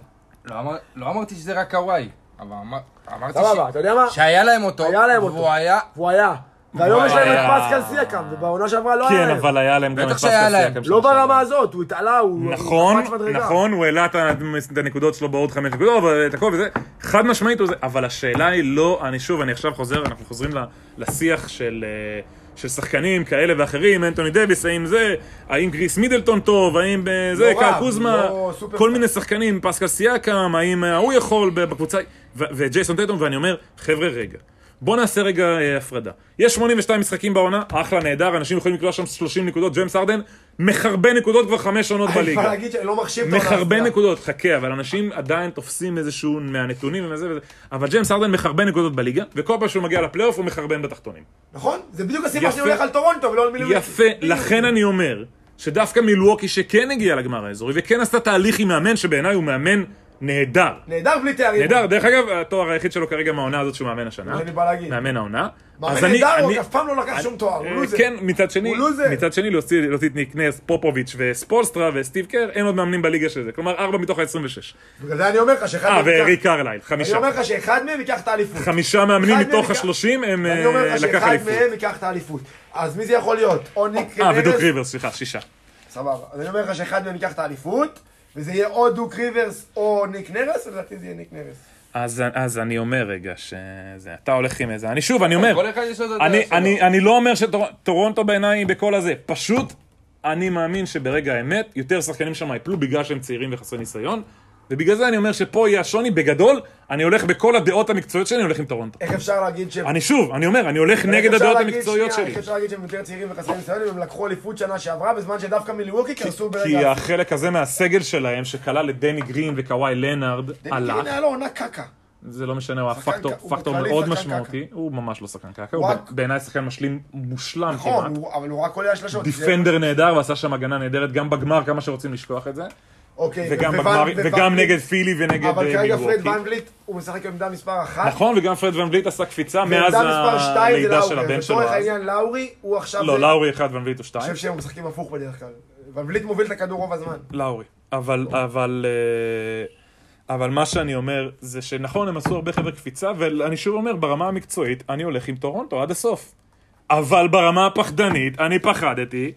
לא אמר- לא אמרתי שזה רק קוואי, אבל אמר- אמרתי
סבבה,
ש-
אתה יודע מה?
שהיה להם אותו,
היה להם אותו.
והוא היה...
הוא היה. והיום
הוא
יש להם
היה.
את פסקל סייקם, ובעונה שעברה לא היה
כן,
להם.
אבל היה להם גם
בטח
את פסקל
שהיה להם.
סייקם
לא
שנה שעברה.
ברמה הזאת, הוא התעלה, הוא
נכון,
הוא קפץ מדרגה.
נכון, הוא העלה את ה- את הנקודות שלו בעוד חמש נקודות, אבל את הכל וזה, חד משמעית הוא זה, אבל השאלה היא לא, אני שוב, אני עכשיו חוזר, אנחנו חוזרים ל- לשיח של... אה, של שחקנים כאלה ואחרים, אנטוני דוויס, האם זה, האם קריס מידלטון טוב, האם אה, זה,
לא רע,
קל קוזמה,
לא סופר
כל
טוב.
מיני שחקנים, פסקל סייקם, האם אה, ההוא יכול ב- בקבוצה, ו- וג'ייסון טייטום, ואני אומר, חבר'ה, רגע. בוא נעשה רגע אה, הפרדה. יש 82 משחקים בעונה, אחלה, נהדר, אנשים יכולים לקלוע שם 30 נקודות, ג'יימס ארדן מחרבן נקודות כבר חמש עונות
אני
בליגה.
כבר אגיד שאני לא מחשיב את העונה
מחרבן
השנייה.
נקודות, חכה, אבל אנשים עדיין תופסים איזשהו מהנתונים וזה וזה, אבל ג'יימס ארדן מחרבן נקודות בליגה, וכל פעם שהוא מגיע לפלייאוף הוא מחרבן בתחתונים.
נכון? זה בדיוק הסיבה שאני
יפה.
הולך על טורונטו ולא על מילואוקי.
יפה, לכן אני אומר, שדווקא מילווקי שכן הגיע לגמר האזורי, וכן עשתה תהליך עם מאמן שבעיניי הוא מאמן נהדר.
נהדר בלי תארים.
נהדר, דרך אגב, התואר היחיד שלו כרגע מהעונה הזאת שהוא מאמן השנה.
זה אני בא להגיד.
מאמן העונה. אז
מאמן
אני-
נהדר,
אני-
הוא אף פעם לא לקח שום תואר, הוא לוזר.
כן, מצד שני,
הוא לוזר.
מצד שני להוציא, להוציא את ניק נס, פופוביץ' וספולסטרה וסטיב קר, אין עוד מאמנים בליגה של זה. כלומר, ארבע מתוך ה-26.
בגלל זה אני אומר לך שאחד
אה,
מהם ייקח-
ואריק קרלייל,
אני
חמישה.
אומר לך שאחד מהם ייקח את האליפות.
חמישה מאמנים
אחד מהם
מתוך
ייקח-
השלושים הם
אני אומר
אה,
לך
לקח
שאחד
אליפות.
מהם ייקח את האליפות. אז מי זה יכול להיות? או ניק
אה, ודוק
ריברס?
ריברס, סליחה, שישה.
סבבה. אז אני אומר לך שאחד מהם ייקח את האליפות, וזה יהיה או דוק ריברס או ניק נרס, ולדעתי זה יהיה ניק נרס.
אז, אז אני אומר רגע שזה, אתה הולך עם איזה, אני שוב,
אה,
אני אומר,
כל אחד יש לו את הדעה
אני,
שלו.
אני, אני לא אומר שטורונטו בעיניי היא בכל הזה, פשוט אני מאמין שברגע האמת, יותר שחקנים שם יפלו בגלל שהם צעירים וחסרי ניסיון, ובגלל זה אני אומר שפה יהיה השוני, בגדול, אני הולך בכל הדעות המקצועיות שלי, אני הולך עם טורונטו.
איך אפשר להגיד ש...
אני שוב, אני אומר, אני הולך
איך
נגד
אפשר
הדעות
להגיד-
המקצועיות
שנייה,
שלי.
איך אפשר להגיד שהם יותר צעירים וחסרי ניסיון, אם הם לקחו אליפות שנה שעברה, בזמן שדווקא מליווקי קרסו
כי
ברגע...
החלק הזה מהסגל שלהם, שכלל את דני גרין וקוואי לנארד,
הלך.
הלך.
היה לו עונה קקה.
זה לא משנה, הוא היה
שחקן
פקטור,
ק- הוא
פקטור
בכללי
מאוד
שחקן
משמעותי, הוא ממש לא שחקן קקה,
הוא
הוא
רק-
בעיניי שחקן משלים מושלם כמעט.
נכון, הוא- אבל הוא רק עולה השלשות. זה-
דיפנדר נהדר ועשה שם הגנה נהדרת גם בגמר כמה שרוצים לשכוח את זה
אוקיי,
וגם
ווואן-
בגמר
ווואן
וגם
בליט.
נגד פילי ונגד אה,
אבל כרגע פרד
מילווקי.
ונבליט, הוא משחק עם עמדה מספר אחת.
נכון וגם פרד ון וליט עשה קפיצה מאז
ועמדה מספר שתיים זה
הלידה של
לאורי.
הבן שלו אז.
לצורך העניין לאורי, הוא עכשיו...
לא
זה-
לאורי אחד ון וליט או
אני
שתיים
חושב שהם משחקים הפוך בדרך כלל. ונבליט מוביל את הכדור רוב הזמן.
לאורי אבל אבל אה, אבל מה שאני אומר זה שנכון הם עשו הרבה חבר'ה קפיצה ואני שוב אומר ברמה המקצועית אני הולך עם טורונטו עד הסוף אבל ברמה הפחדנית אני פחדתי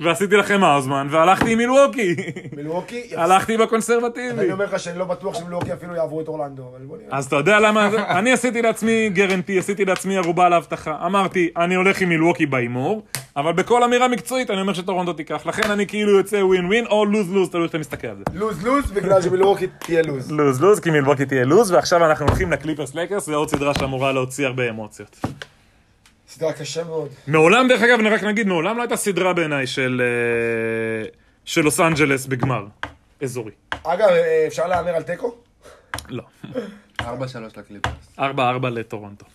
ועשיתי לכם האוזמן והלכתי עם מילווקי
מילווקי, יפס-
הלכתי בקונסרבטיבי
אני אומר לך שאני לא בטוח שמילווקי אפילו יעברו את אורלנדו, אבל בוא נראה.
אז אתה יודע למה? זה? אני עשיתי לעצמי גרנטי, עשיתי לעצמי ערובה להבטחה. אמרתי, אני הולך עם מילווקי בהימור, אבל בכל אמירה מקצועית אני אומר שטורונטו תיקח. לכן אני כאילו יוצא ווין ווין או לוז לוז, תלוי איך אתה מסתכל על זה.
לוז לוז, בגלל שמילווקי תהיה לוז.
לוז לוז, כי מילווקי תהיה לוז, ועכשיו אנחנו הולכים לקליפרס לייקרס, זו עוד סדרה שאמורה להוציא הרבה אמוציות.
סדרה קשה מאוד.
מעולם, דרך אגב, רק נגיד, מעולם לא הייתה סדרה בעיניי של... אה, של לוס אנג'לס בגמר. אזורי.
אגב, אה, אפשר להמר על תיקו?
לא.
4-3 לקליפרס.
4-4 לטורונטו.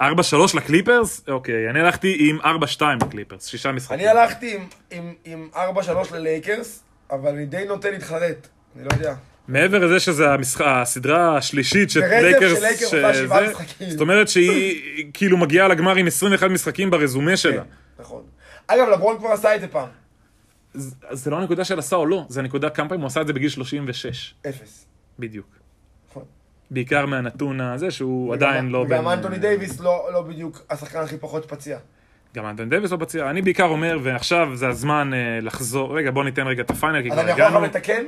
אה, 4-3 לקליפרס? אוקיי, אני הלכתי עם 4-2 לקליפרס, שישה משחקים.
אני הלכתי עם- עם- עם 4-3 ללייקרס, אבל אני די נוטה להתחרט. אני לא יודע.
מעבר לזה שזה המשחק, הסדרה השלישית של
ברצף של
לייקרס,
לייקרס
שזה-
עושה שבעה משחקים.
זאת אומרת שהיא כאילו מגיעה לגמר עם 21 משחקים ברזומה שלה.
נכון. אגב, לברון כבר עשה את זה פעם.
זה- זה לא הנקודה של עשה או לא, זה הנקודה כמה פעמים הוא עשה את זה בגיל 36,
אפס.
בדיוק.
נכון.
בעיקר מהנתון הזה שהוא עדיין
וגם-
לא...
וגם
בין-
אנטוני דייוויס לא לא בדיוק השחקן הכי פחות פציע.
גם אנטון דוויס לא בציר, אני בעיקר אומר, ועכשיו זה הזמן אה, לחזור, רגע בוא ניתן רגע את הפיינל, כי
אז
כבר
אני יכול
הגענו,
גם לתקן?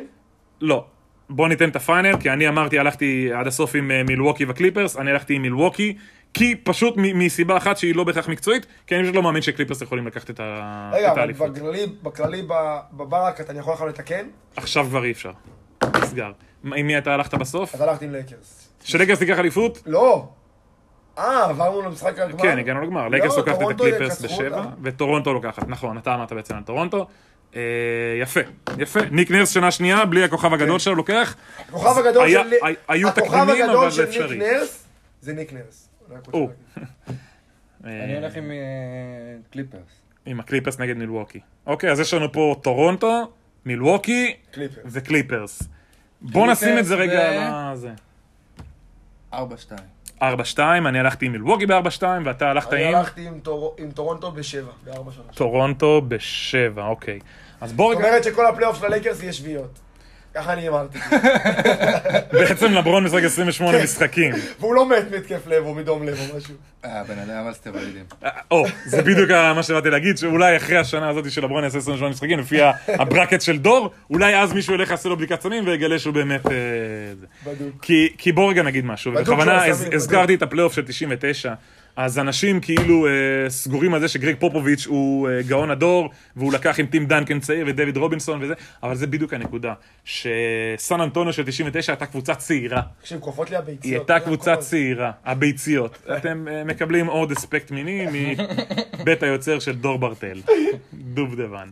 לא, בוא ניתן את הפיינל, כי אני אמרתי, הלכתי עד הסוף עם אה, מילווקי וקליפרס, אני הלכתי עם מילווקי, כי פשוט מ- מסיבה אחת שהיא לא בהכרח מקצועית, כי אני פשוט לא מאמין שקליפרס יכולים לקחת את ה-
רגע,
את
אבל
האליפות,
בכללי, בכללי, ב- בברקת אני יכול לך לתקן?
עכשיו כבר אי אפשר, נסגר. מה, עם מי אתה הלכת בסוף?
אז הלכתי עם לייקרס.
שלגרס תיקח אליפות?
לא! אה, עברנו למשחק הגמר? לא,
כן, הגענו לגמר. לייקרס לוקחת את
טורונטו
הקליפרס
ינצחו
בשבע,
אותם.
וטורונטו לוקחת. נכון, אתה אמרת בעצם על טורונטו. אה, יפה, יפה. ניק נרס שנה שנייה, בלי הכוכב הגדול שלו לוקח.
הכוכב הגדול
היה-
של ניק-
הי- היו
הכוכב
תקדימים,
הגדול
אבל זה
של ניק
אפשרי.
נרס זה ניק נרס. זה רק מה
או.
שאני אגיד.
אני הולך עם אה, קליפרס.
עם הקליפרס נגד מילווקי. אוקיי, אז יש לנו פה טורונטו, מילווקי
קליפרס.
וקליפרס. בוא נשים את זה רגע
ו-
על הזה.
4-2.
4-2, אני הלכתי עם מילווקי ב-4-2, ואתה הלכת
אני
עם
הלכתי עם טור- עם טורונטו בשבע, בארבע שנה. זאת
טורונטו ב-7, אוקיי. אז בוא רגע,
אומרת שכל הפלייאוף של הלייקרס יהיה שביעיות. ככה אני אמרתי.
בעצם לברון משחק 28 משחקים.
והוא לא מת מהתקף לב או מדום לב או משהו.
אה, בן אדם על סטרואידים.
אה, או, זה בדיוק ה- מה שבאתי להגיד, שאולי אחרי השנה הזאת של לברון יעשה 28 משחקים, לפי ה- הברקט של דור, אולי אז מישהו ילך לעשות לו בדיקת סמים ויגלה שהוא באמת... אה, זה.
בדוק.
כי- כי בוא רגע נגיד משהו,
בדוק שהוא
בכוונה
על
הז-
סמים,
הזכרתי את הפלייאוף של 99, אז אנשים כאילו אה, סגורים על זה שגרג פופוביץ' הוא אה, גאון הדור, והוא לקח עם טים דנקן צעיר ודייוויד רובינסון וזה, אבל זה בדיוק הנקודה, שסן אנטוניו של 99 הייתה קבוצה צעירה.
תקשיב, קופות לי הביציות. לא
היא הייתה
זה
קבוצה
הכל.
צעירה, הביציות. אתם אה, מקבלים עוד אספקט מיני מבית היוצר של דור ברטל, דובדבן.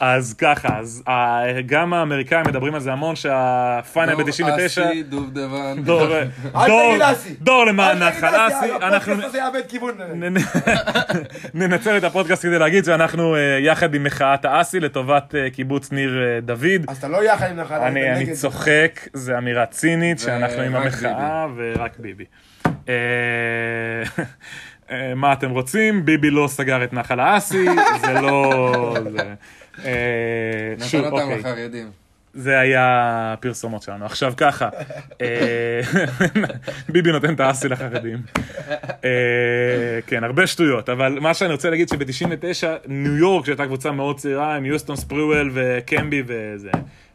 אז ככה, אז אה, גם האמריקאים מדברים על זה המון, שהפיינל ב-99,
אסי, דובדבן.
דור,
אל
דור,
תגיד אסי.
דור למען
אל תגיד
נחל אסי,
הפודקאסט
אנחנו
הזה יאבד כיוון.
נ- ננצל את הפודקאסט כדי להגיד שאנחנו אה, יחד עם מחאת האסי לטובת אה, קיבוץ ניר אה, דוד.
אז אתה לא יחד עם נחל אסי.
אני,
אתה
אני
נגד.
צוחק, זו אמירה צינית שאנחנו עם
ורק
המחאה ורק ביבי. אה, אה, מה אתם רוצים? ביבי לא סגר את נחל האסי, זה לא... זה- אה,
נתן
שוב,
אותם
אוקיי,
לחרדים.
זה היה הפרסומות שלנו. עכשיו ככה, אה, ביבי נותן את האסי לחרדים. אה, כן, הרבה שטויות, אבל מה שאני רוצה להגיד שב-99, ניו יורק, שהייתה קבוצה מאוד צעירה, עם יוסטון ספרואל וקמבי וזה,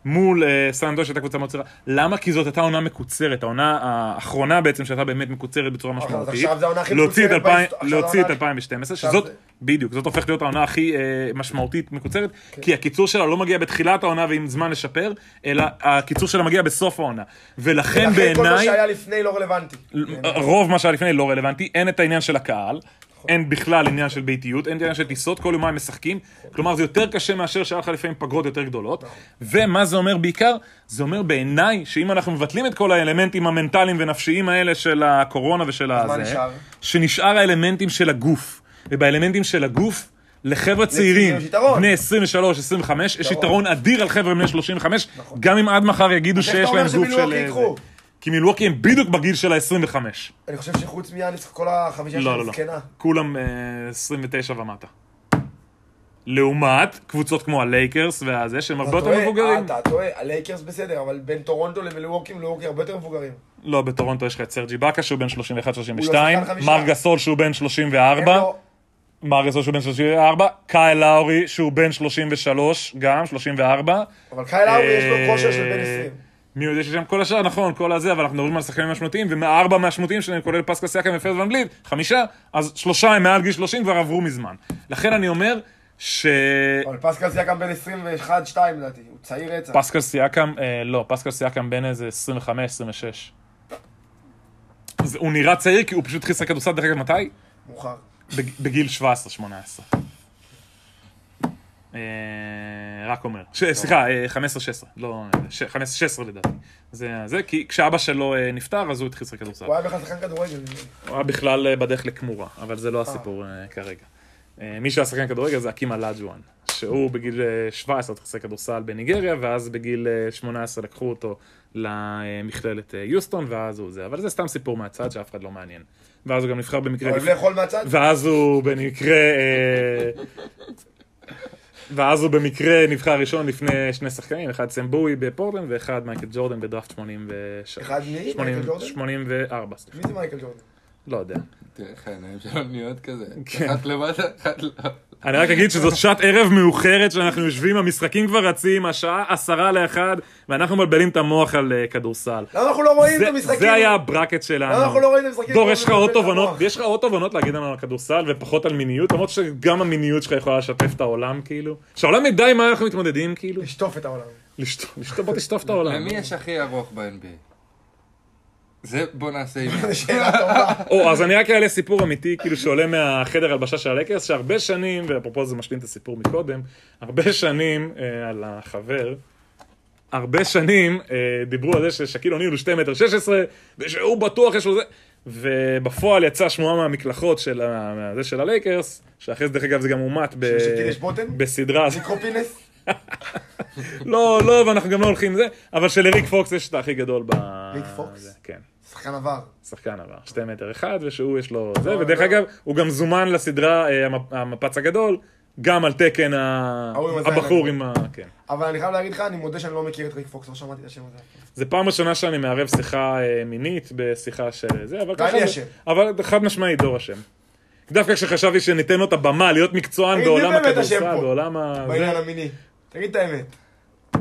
מול אה, סן אנדו, שהייתה קבוצה מאוד צעירה. למה? כי זאת הייתה עונה מקוצרת, העונה האחרונה בעצם, שהייתה באמת מקוצרת בצורה
אז
משמעותית.
עכשיו זה העונה הכי
להוציא את
מקוצרת
אלפיים-
בהיסט- עכשיו
להוציא את
העונה-
2012,
עכשיו
שזאת,
זה-
בדיוק, זאת הופכת להיות העונה הכי אה, משמעותית מקוצרת,
כן.
כי הקיצור שלה לא מגיע בתחילת העונה ועם זמן לשפר, אלא הקיצור שלה מגיע בסוף העונה. ולכן
לכן כל מה
בעיניי...
שהיה לפני לא רלוונטי.
רוב מה שהיה לפני לא רלוונטי, אין את העניין של הקהל, אין בכלל עניין של ביתיות, אין את העניין של טיסות, כל יומיים משחקים, כלומר זה יותר קשה מאשר שהיה לך לפעמים פגרות יותר גדולות, ומה זה אומר בעיקר? זה אומר בעיניי שאם אנחנו מבטלים את כל האלמנטים המנטליים ונפשיים האלה של הקורונה ושל
מה
הזה,
נשאר?
שנשאר האלמנטים של הגוף, ובאלמנטים של הגוף, לחבר'ה צעירים,
יש יתרון.
בני 23, 25, יש יתרון אדיר על חבר'ה בני 35,
נכון.
גם אם עד מחר יגידו
איך אתה
שיש
אומר
להם גוף של...
שמילווקי
אה,
ייקחו?
זה. כי מילווקי הם בדיוק בגיל של ה-25.
אני חושב שחוץ מיאניס כל החמישה
לא, לא,
שלהם
לא.
זקנה.
כולם אה, 29 ומטה. לעומת קבוצות כמו הלייקרס והזה, שהם הרבה
אתה
יותר
טועה,
מבוגרים.
אה, אתה טועה, הלייקרס בסדר, אבל בין טורונטו למילווקי, מילווקי הרבה יותר מבוגרים.
לא, בטורונטו יש לך את סרג'י באקה שהוא בן 31-32,
הוא לא שחקן
מר
חמישה.
גסול שהוא בן
הם
34,
לא-
מר גסול שהוא בן 34, קייל לאורי שהוא בן 33 גם, 34.
אבל קייל האורי יש לו כושר של בן
אה,
20.
מי יודע שיש שם כל השאר, נכון, כל הזה, אבל אנחנו מדברים על שחקנים משמעותיים, ומארבע מהשמעותיים שלהם, כולל פסקל סייקם ופרד ון בליד, חמישה, אז שלושה הם מעל גיל 30 כבר עברו מזמן. לכן אני אומר ש...
אבל פסקל זה היה גם בן 21-2 לדעתי, הוא צעיר רצח.
פסקל סייקם, אה, לא, פסקל סייקם בן איזה 25-26. הוא נראה צעיר כי הוא פשוט התחיל לשחק כדורסל, דרך אגב, מתי?
מאוחר.
בג- בגיל 17-18. אה, רק אומר. ש- סליחה, 15-16, לא, 15-16 לדעתי. זה זה, כי כשאבא שלו אה, נפטר, אז הוא התחיל לשחק כדורסל.
הוא היה בכלל שחקן כדורגל.
הוא היה בכלל אה, בדרך לכמורה, אבל זה לא הסיפור אה, כרגע. אה, מי שהיה שחקן כדורגל זה הקימה לג'ואן, שהוא בגיל אה, 17 התחיל לשחק כדורסל בניגריה, ואז בגיל אה, 18 לקחו אותו למכללת אה, יוסטון, ואז הוא זה. אבל זה סתם סיפור מהצד שאף אחד לא מעניין. ואז הוא גם נבחר במקרה...
אוהב
לפני-
לאכול מהצד?
ואז הוא במקרה... אה, ואז הוא במקרה נבחר ראשון לפני שני שחקנים, אחד סם בואי בפורטלנד ואחד מייקל ג'ורדן בדראפט 83.
אחד מי? מייקל
80
ג'ורדן?
84, סליחה.
מי זה מייקל ג'ורדן?
לא יודע.
תראה איך העיניים שלו נהיות כזה.
כן.
אחת למטה, אחת לא.
אני רק אגיד שזאת שעת ערב מאוחרת שאנחנו יושבים, המשחקים כבר רצים, השעה עשרה לאחד, ואנחנו מבלבלים את המוח על אה, כדורסל.
למה אנחנו לא רואים את
זה-
המשחקים?
זה היה הברקט שלנו.
למה אנחנו לא רואים את המשחקים?
דור, יש לך עוד
מבלבל את
תובנות,
המוח.
יש לך עוד תובנות להגיד לנו על הכדורסל ופחות על מיניות, למרות שגם המיניות שלך יכולה לשתף את העולם, כאילו. שהעולם ידע עם מה אנחנו מתמודדים, כאילו.
לשטוף את העולם.
לשת- לשת- בוא תשטוף את העולם.
למי יש הכי ארוך ב-NBA? זה בוא נעשה עם...
זו שאלה טובה.
או, אז אני רק אעלה סיפור אמיתי, כאילו שעולה מהחדר הלבשה של הלקרס, שהרבה שנים, ואפרופו זה משלים את הסיפור מקודם, הרבה שנים אה, על החבר, הרבה שנים אה, דיברו על זה ששקיל אוניל הוא 2 מטר 16, ושהוא בטוח יש לו זה, ובפועל יצאה שמועה מהמקלחות של, ה- מה- זה של הלייקרס, שאחרי זה דרך אגב זה גם אומת ב...
שלשקיל יש בוטן?
בסדרה, אז-
מיקרופינס?
לא, לא, ואנחנו גם לא הולכים זה, אבל שלריק פוקס יש את הכי גדול ב...
ריק פוקס?
זה, כן.
שחקן עבר.
שחקן עבר, שתי מטר אחד, ושהוא יש לו זה, ודרך אגב, הוא גם זומן לסדרה אה, המפ- המפץ הגדול, גם על תקן ה-
ההוא עם הזין
הבחור
הגדול.
עם ה... כן.
אבל אני חייב להגיד לך, אני מודה שאני לא מכיר את ריק פוקס, לא שמעתי את השם הזה.
זה פעם ראשונה שאני מערב שיחה אה, מינית בשיחה של זה, אבל
ואני
זה-
אשם.
אבל חד משמעית דור אשם. דווקא כשחשבתי שניתן לו את הבמה להיות מקצוען
מי
בעולם
באמת אשם
הכדורסל,
פה?
בעולם ה...
בעניין המיני. תגיד את האמת.
זה-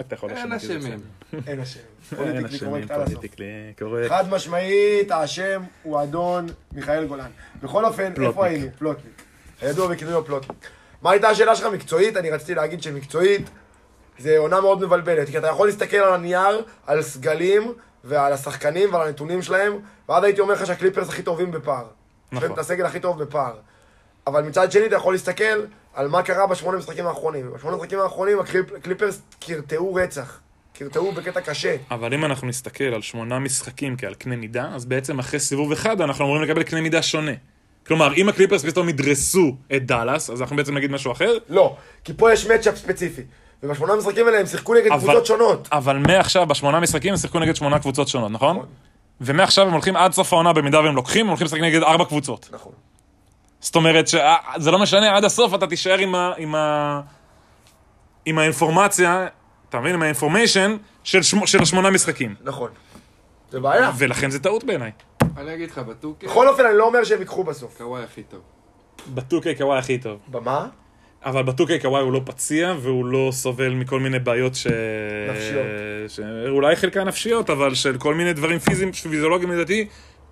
אתה יכול
אין
לשבת, זה
אשמים.
בסדר.
אין אשם.
אין
פוליטיקלי
אשמים,
קורקט על הסוף.
פוליטיקלי קורקט.
חד משמעית, האשם הוא אדון מיכאל גולן. בכל אופן,
פלוטניק.
איפה היינו? פלוטניק. הידוע בכינויו פלוטניק. מה הייתה השאלה שלך מקצועית? אני רציתי להגיד שמקצועית זה עונה מאוד מבלבלת. כי אתה יכול להסתכל על הנייר, על סגלים, ועל השחקנים ועל הנתונים שלהם, ואז הייתי אומר לך שהקליפרס הכי טובים בפער. יש להם
נכון.
את הסגל הכי טוב בפער. אבל מצד שני אתה יכול להסתכל על מה קרה בשמונה המשחקים האחרונים. בשמונה המשחקים האחרונים הקליפ- הקליפרס קרטעו רצח. קרטעו בקטע קשה.
אבל אם אנחנו נסתכל על שמונה משחקים כעל קנה מידה, אז בעצם אחרי סיבוב אחד אנחנו אמורים לקבל קנה מידה שונה. כלומר, אם הקליפרס פתאום ידרסו את דאלאס, אז אנחנו בעצם נגיד משהו אחר,
לא, כי פה יש מצ'אפ ספציפי. ובשמונה המשחקים האלה הם שיחקו נגד
אבל-
קבוצות שונות.
אבל מעכשיו, בשמונה משחקים הם שיחקו נגד שמונה קבוצות שונות, נכון? ומעכשיו הם הולכים עד סוף העונה, במידה והם לוקחים, הם הולכים לשחק נגד ארבע קבוצות.
נכון.
זאת אומרת שזה לא משנה, עד הסוף אתה תישאר עם ה... עם ה... עם האינפורמציה, אתה מבין? עם האינפורמיישן של, שמ... של השמונה משחקים.
נכון. זה בעיה.
ולכן זה טעות בעיניי.
אני אגיד לך, בטוקי,
בכל אופן, אני לא אומר שהם ייקחו בסוף.
קוואי הכי טוב.
בטוקי קוואי הכי טוב.
במה?
אבל בטוקי קוואי הוא לא פציע, והוא לא סובל מכל מיני בעיות ש...
נפשיות.
שאולי חלקן נפשיות, אבל של כל מיני דברים פיזיים, פיזיולוגיים לדעתי.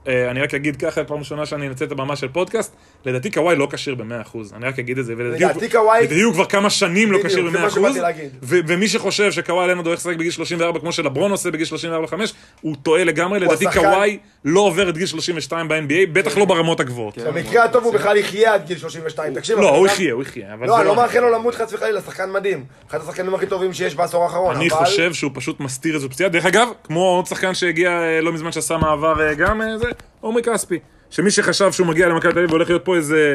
אה, אני רק אגיד ככה, פעם ראשונה שאני אנצל את הבמה של פודקאסט, לדעתי קוואי לא כשיר ב-100%, אני רק אגיד את זה. ולדעתי הוא-
לדעתי קוואי-
לדעתי הוא כבר כמה שנים לא
בדיוק,
כשיר
זה מה
ב-100%,
שבאתי להגיד.
ו- ומי שחושב שקוואי לנד הולך לשחק בגיל 34 כמו שלברון עושה בגיל 34-5, הוא טועה לגמרי, לדעתי
השחקן- כן.
קוואי לא עובר את גיל 32 ב-NBA, בטח לא ברמות הגבוהות.
במקרה הטוב הוא בכלל יחיה עד גיל 32. תקשיב,
לא, נכון.
הבן
הוא
אדם-
יחיה, הוא יחיה. אבל
לא,
זה
אני לא מאחל לו למות חס וחלילה, שחקן מדהים. אחד השחקנים הכי טובים שיש בעשור האחרון.
אני
אבל-
חושב שהוא פשוט מסתיר איזו פציעה. דרך אגב, כמו עוד שחקן שהגיע אה, לא מזמן שעשה מעבר אה, גם אה, זה, עומרי כספי. שמי שחשב שהוא מגיע למכבי תל אביב והולך להיות פה איזה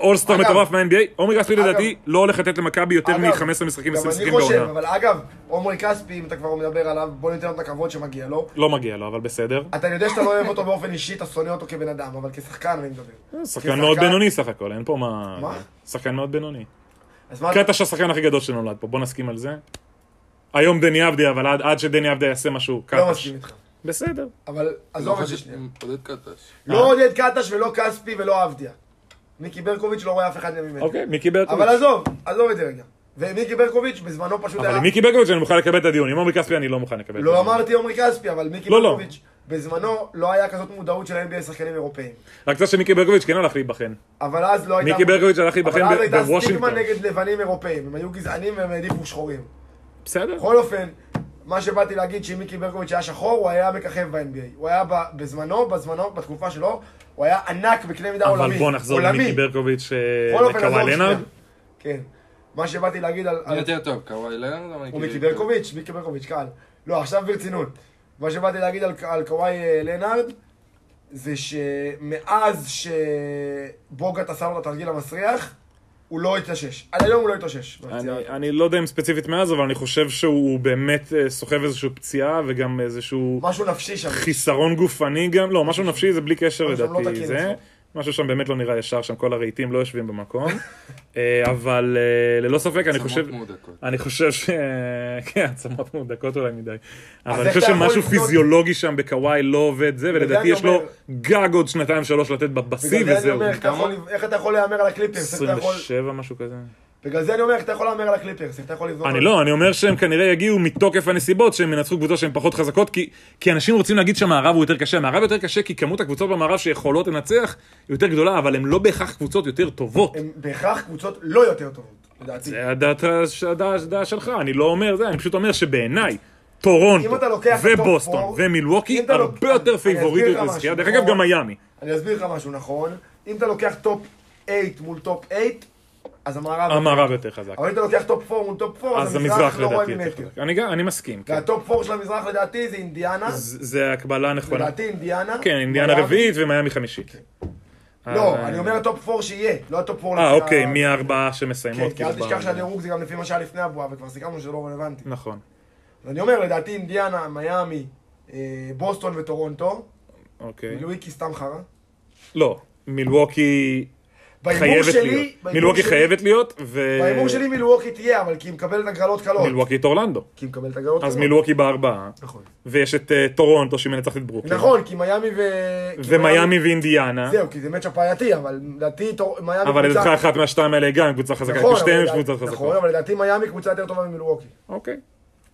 אולסטאר
אגב-
מטורף מה-NBA, עומרי כספי
אגב-
לדעתי לא הולך לתת למכבי יותר
אגב,
מ-15 משחקים, 20
גם אני
משחקים
חושב,
בעונה.
אבל אגב, עומרי כספי, אם אתה כבר מדבר עליו, בוא ניתן לו את הכבוד שמגיע לו.
לא מגיע לו, אבל בסדר.
אתה יודע שאתה לא אוהב אותו באופן אישי, אתה שונא אותו כבן אדם, אבל כשחקן אני מדבר.
שחקן מאוד בינוני סך הכל, אין פה מה...
מה?
שחקן מאוד בינוני.
אז מה-
קטע שהשחקן הכי גדול שנולד פה, בוא נסכים על זה. היום דני עבדי, אבל עד- עד שדני עבדי יעשה משהו
לא
קטש.
מסכים איתך.
בסדר.
לא, אבל עזוב את זה שנייה.
עודד קטש.
אה.
לא עודד קטש ולא כספי ולא עבדיה. מיקי ברקוביץ' לא רואה אף אחד ממנו.
אוקיי, מיקי ברקוביץ'.
אבל עזוב, עזוב את זה רגע. ומיקי ברקוביץ' בזמנו פשוט
אבל
היה...
עם מיקי ברקוביץ' אני מוכן לקבל את הדיון, עם עומרי כספי אני לא מוכן לקבל את הדיון.
לא אמרתי עומרי כספי, אבל מיקי
לא, לא.
ברקוביץ' בזמנו לא היה כזאת מודעות של NBA לשחקנים אירופאים.
רק זה שמיקי ברקוביץ' כן הלך להיבחן.
אבל אז לא הייתה...
מיקי ברקוביץ' הלך להיבחן
אבל אז
ב-
הייתה סטיגמה
בוושינגטון.
נגד לבנים אירופאים. הם היו גזענים והם העדיפו שחורים.
בסדר.
בכל אופן, מה שבאתי להגיד שאם מיקי ברקוביץ' היה שחור, הוא היה מככב ב-NBA. הוא היה ב- בזמנו, בזמנו, בתקופה שלו, הוא היה ענק בקנה מידה עולמי.
אבל בוא נחזור
עולמי.
למיקי ברקוביץ' אה,
בכל אופן,
לקוואי
עזוב שנייה.
לנארד.
כן. מה שבאתי להגיד על... על-
יותר טוב, קוואי לנרד, אבל...
הוא
כאילו-
מיקי ברקוביץ', מיקי ברקוביץ', קל. לא, עכשיו ברצינות. מה שבאתי להגיד על, על קוואי אה, לנארד, זה שמאז שבוגט עשה לו את התרגיל המסריח, הוא לא התאושש. עד היום הוא לא התאושש. בפציעה.
אני, אני לא יודע אם ספציפית מאז, אבל אני חושב שהוא באמת אה, סוחב איזושהי פציעה וגם איזשהו
משהו נפשי שם.
חיסרון גופני גם, לא, משהו נפשי זה בלי קשר
משהו לא
לדעתי
תקין
זה.
אצלו.
משהו שם באמת לא נראה ישר, שם כל הרהיטים לא יושבים במקום. אה, אבל אה, ללא ספק, אני
עצמות
חושב...
מהודקות.
אני חושב ש... כן, עצמות מודקות אולי מדי. אבל אני
איך
חושב
אתה יכול
שמשהו
לקנות-
פיזיולוגי שם בקוואי לא עובד זה, ולדעתי
אני
יש לו
אומר-
גג עוד שנתיים שלוש לתת
בגלל
בבשיא
זה אני
וזהו.
אומר, איך אתה
כמה?
יכול- איך אתה יכול להמר על הקליפרס? איך אתה יכול-
27 משהו כזה.
בגלל זה אני אומר, איך אתה יכול להמר על הקליפרס? איך אתה יכול לבנות...
אני
על-
לא, אני אומר שהם כנראה יגיעו מתוקף הנסיבות שהם ינצחו קבוצות שהן פחות חזקות, כי- כי אנשים רוצים להגיד שהמערב הוא יותר קשה. המערב יותר קשה כי כמות הקבוצות במערב שיכולות לנצח היא יותר גדולה, אבל הן לא בהכרח קבוצות יותר טובות.
הם בהכרח קבוצות לא יותר טובות, לדעתי.
זה הדעת- הדעה הדעה שלך, אני לא אומר זה, אני פשוט אומר שבעיניי, טורונטו
אם אתה לוקח את הטופ
ובוסטון
פור,
ומילווקי
אם אתה לוק-
הרבה יותר
אני אסביר לך
פייבוריטיות
משהו,
לזכייה, דרך
נכון.
אגב גם מיאמי.
אני אסביר לך משהו, נכון? אם אתה לוקח טופ 8 מול טופ 8, אז המערב...
המערב יותר חזק.
אבל אם אתה לוקח טופ 4 מול טופ 4,
אז המזרח
לא רואה
לדעתי יותר
ממטר.
חזק. אני גם- אני מסכים. כן.
והטופ 4 של המזרח לדעתי זה אינדיאנה,
זה זה הקבלה נכונה.
לדעתי אינדיאנה.
כן, אינדיאנה
מיאמי.
רביעית ומיאמי חמישית.
לא,
אה,
אני אומר הטופ 4 שיהיה, לא הטופ 4.
אה, אוקיי, מי הארבעה שמסיימות?
כן, כי אל
כאילו,
תשכח
ב-
שהדירוג זה גם לפי מה שהיה לפני הבועה, וכבר סיכמנו שזה לא רלוונטי.
נכון.
אז אני אומר, לדעתי אינדיאנה, מיאמי, אה, בוסטון וטורונטו,
אוקיי.
מילואיקי סתם חרא.
לא, מילווקי
בהימור
חייבת
שלי-
להיות.
בהימור
מילווקי
שלי-
חייבת להיות, ו...
בהימור שלי מילואוקי תהיה, אבל כי היא מקבלת הגרלות קלות.
מילווקי את אורלנדו.
כי היא מקבלת הגרלות קלות.
אז מילווקי בארבעה,
נכון.
ויש את אה, טורונטו שמנצחת את ברוקלין.
נכון, כי מיאמי ו... כי
ומיאמי ואינדיאנה.
זהו, כי זה מצ'אפ בעייתי, אבל לדעתי טור- מיאמי
אבל
קבוצה-
לדעתך אחת מהשתיים האלה היא גם קבוצה חזקה,
נכון,
כי שתיהן
אבל
יש
לדעתי-
קבוצות
נכון,
חזקות.
אבל לדעתי מיאמי קבוצה יותר טובה ממילווקי.
אוקיי.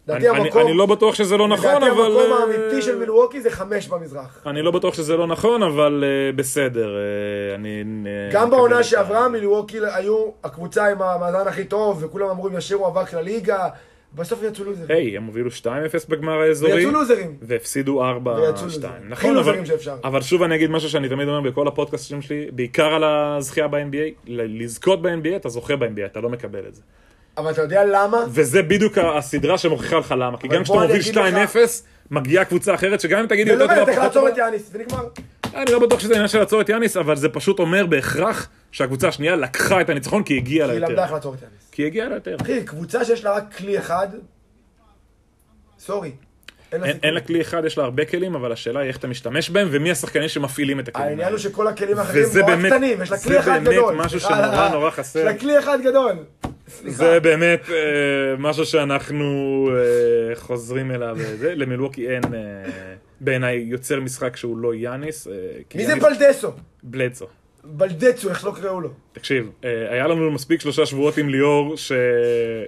לדעתי
אני-
המקום...
אני לא בטוח שזה לא נכון,
לדעתי
אבל...
המקום
אה,
האמיתי של מילווקי זה חמש במזרח.
אני לא בטוח שזה לא נכון, אבל אה, בסדר. אה, אני... אה,
גם
מקבל
בעונה
את ה-
שעברה מילווקי היו הקבוצה עם המאזן הכי טוב, וכולם אמרו הם ישירו אבק לליגה, בסוף יצאו לוזרים.
היי, הם הובילו 2-0 בגמר האזורי.
ויצאו לוזרים.
והפסידו 4-2.
ויצאו לוזרים.
נכון, אבל,
כל לוזרים שאפשר.
אבל שוב אני אגיד משהו שאני תמיד אומר בכל הפודקאסטים שלי, בעיקר על הזכייה ב-NBA, ל- לזכות ב-NBA, אתה זוכה ב-NBA, אתה לא מקבל את זה.
אבל אתה יודע למה?
וזה בדיוק ה- הסדרה שמוכיחה לך למה, כי גם
בוא
כשאתה מוביל
אני אגיד
2-0, מגיעה קבוצה אחרת שגם אם תגידי
זה
יותר
לא
טובה,
באמת, צריך
פחות
לעצור
טובה,
את יאניס, זה נגמר.
אני לא בטוח שזה עניין של לעצור את יאניס, אבל זה פשוט אומר בהכרח שהקבוצה השנייה לקחה את הניצחון כי הגיעה לה
היא למדה
יותר.
איך לעצור את יאניס.
כי הגיעה לה יותר.
אחי, קבוצה שיש לה רק כלי אחד, סורי. אין לה
אין-
סיכוי.
אין לה כלי אחד, יש לה הרבה כלים, אבל השאלה היא איך אתה משתמש בהם ומי השחקנים שמפעילים את הכלים האלה.
העניין הוא שכל הכלים האחרים
וזה
נורא
באמת-
קטנים, יש לה
זה
כלי אחד
באמת
גדול.
משהו
סליחה על
שנורא
ה-
נורא חסר.
יש לה כלי אחד גדול. סליחה.
זה באמת אה, משהו שאנחנו אה, חוזרים אליו, אה, זה, למילווקי אין אה, בעיניי יוצר משחק שהוא לא יאניס. אה, כי
מי זה
יאניס-
בלדסו?
בלדסו.
בלדצו, איך שלא קראו לו.
תקשיב, אה, היה לנו מספיק שלושה שבועות עם ליאור,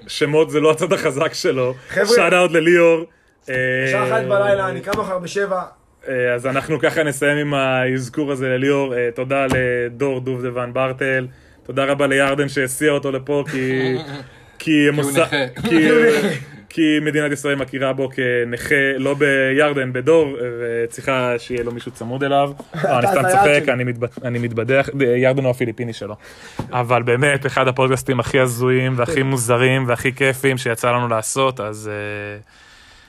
ששמות זה לא הצד החזק שלו.
חבר'ה.
שאט אאוט לליאור. אה,
שעה אחת בלילה, אני קם מחר בשבע.
אה, אז אנחנו ככה נסיים עם האזכור הזה לליאור. אה, תודה לדור דובדבן ברטל. תודה רבה לירדן שהסיע אותו לפה, כי... כי
הוא
מוסד...
נכה.
כי... כי מדינת ישראל מכירה בו כנכה, לא בירדן, בדור, וצריכה שיהיה לו מישהו צמוד אליו. לא, אני סתם
הזיה
צוחק,
שלי.
אני מתבד- אני מתבדח, ירדן הוא הפיליפיני שלו. אבל באמת, אחד הפודקאסטים הכי הזויים והכי מוזרים והכי כיפים שיצא לנו לעשות, אז... אה,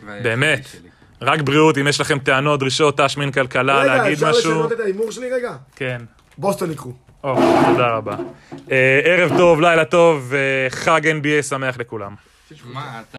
והיחידי
באמת.
שלי.
רק בריאות, אם יש לכם טענות, דרישות, תשמין כלכלה,
רגע,
להגיד
אפשר
משהו.
לשנות את ההימור שלי רגע?
כן.
בוסטון יקחו.
או, תודה רבה. אה, ערב טוב, לילה טוב, אה, חג NBA שמח לכולם.
מה,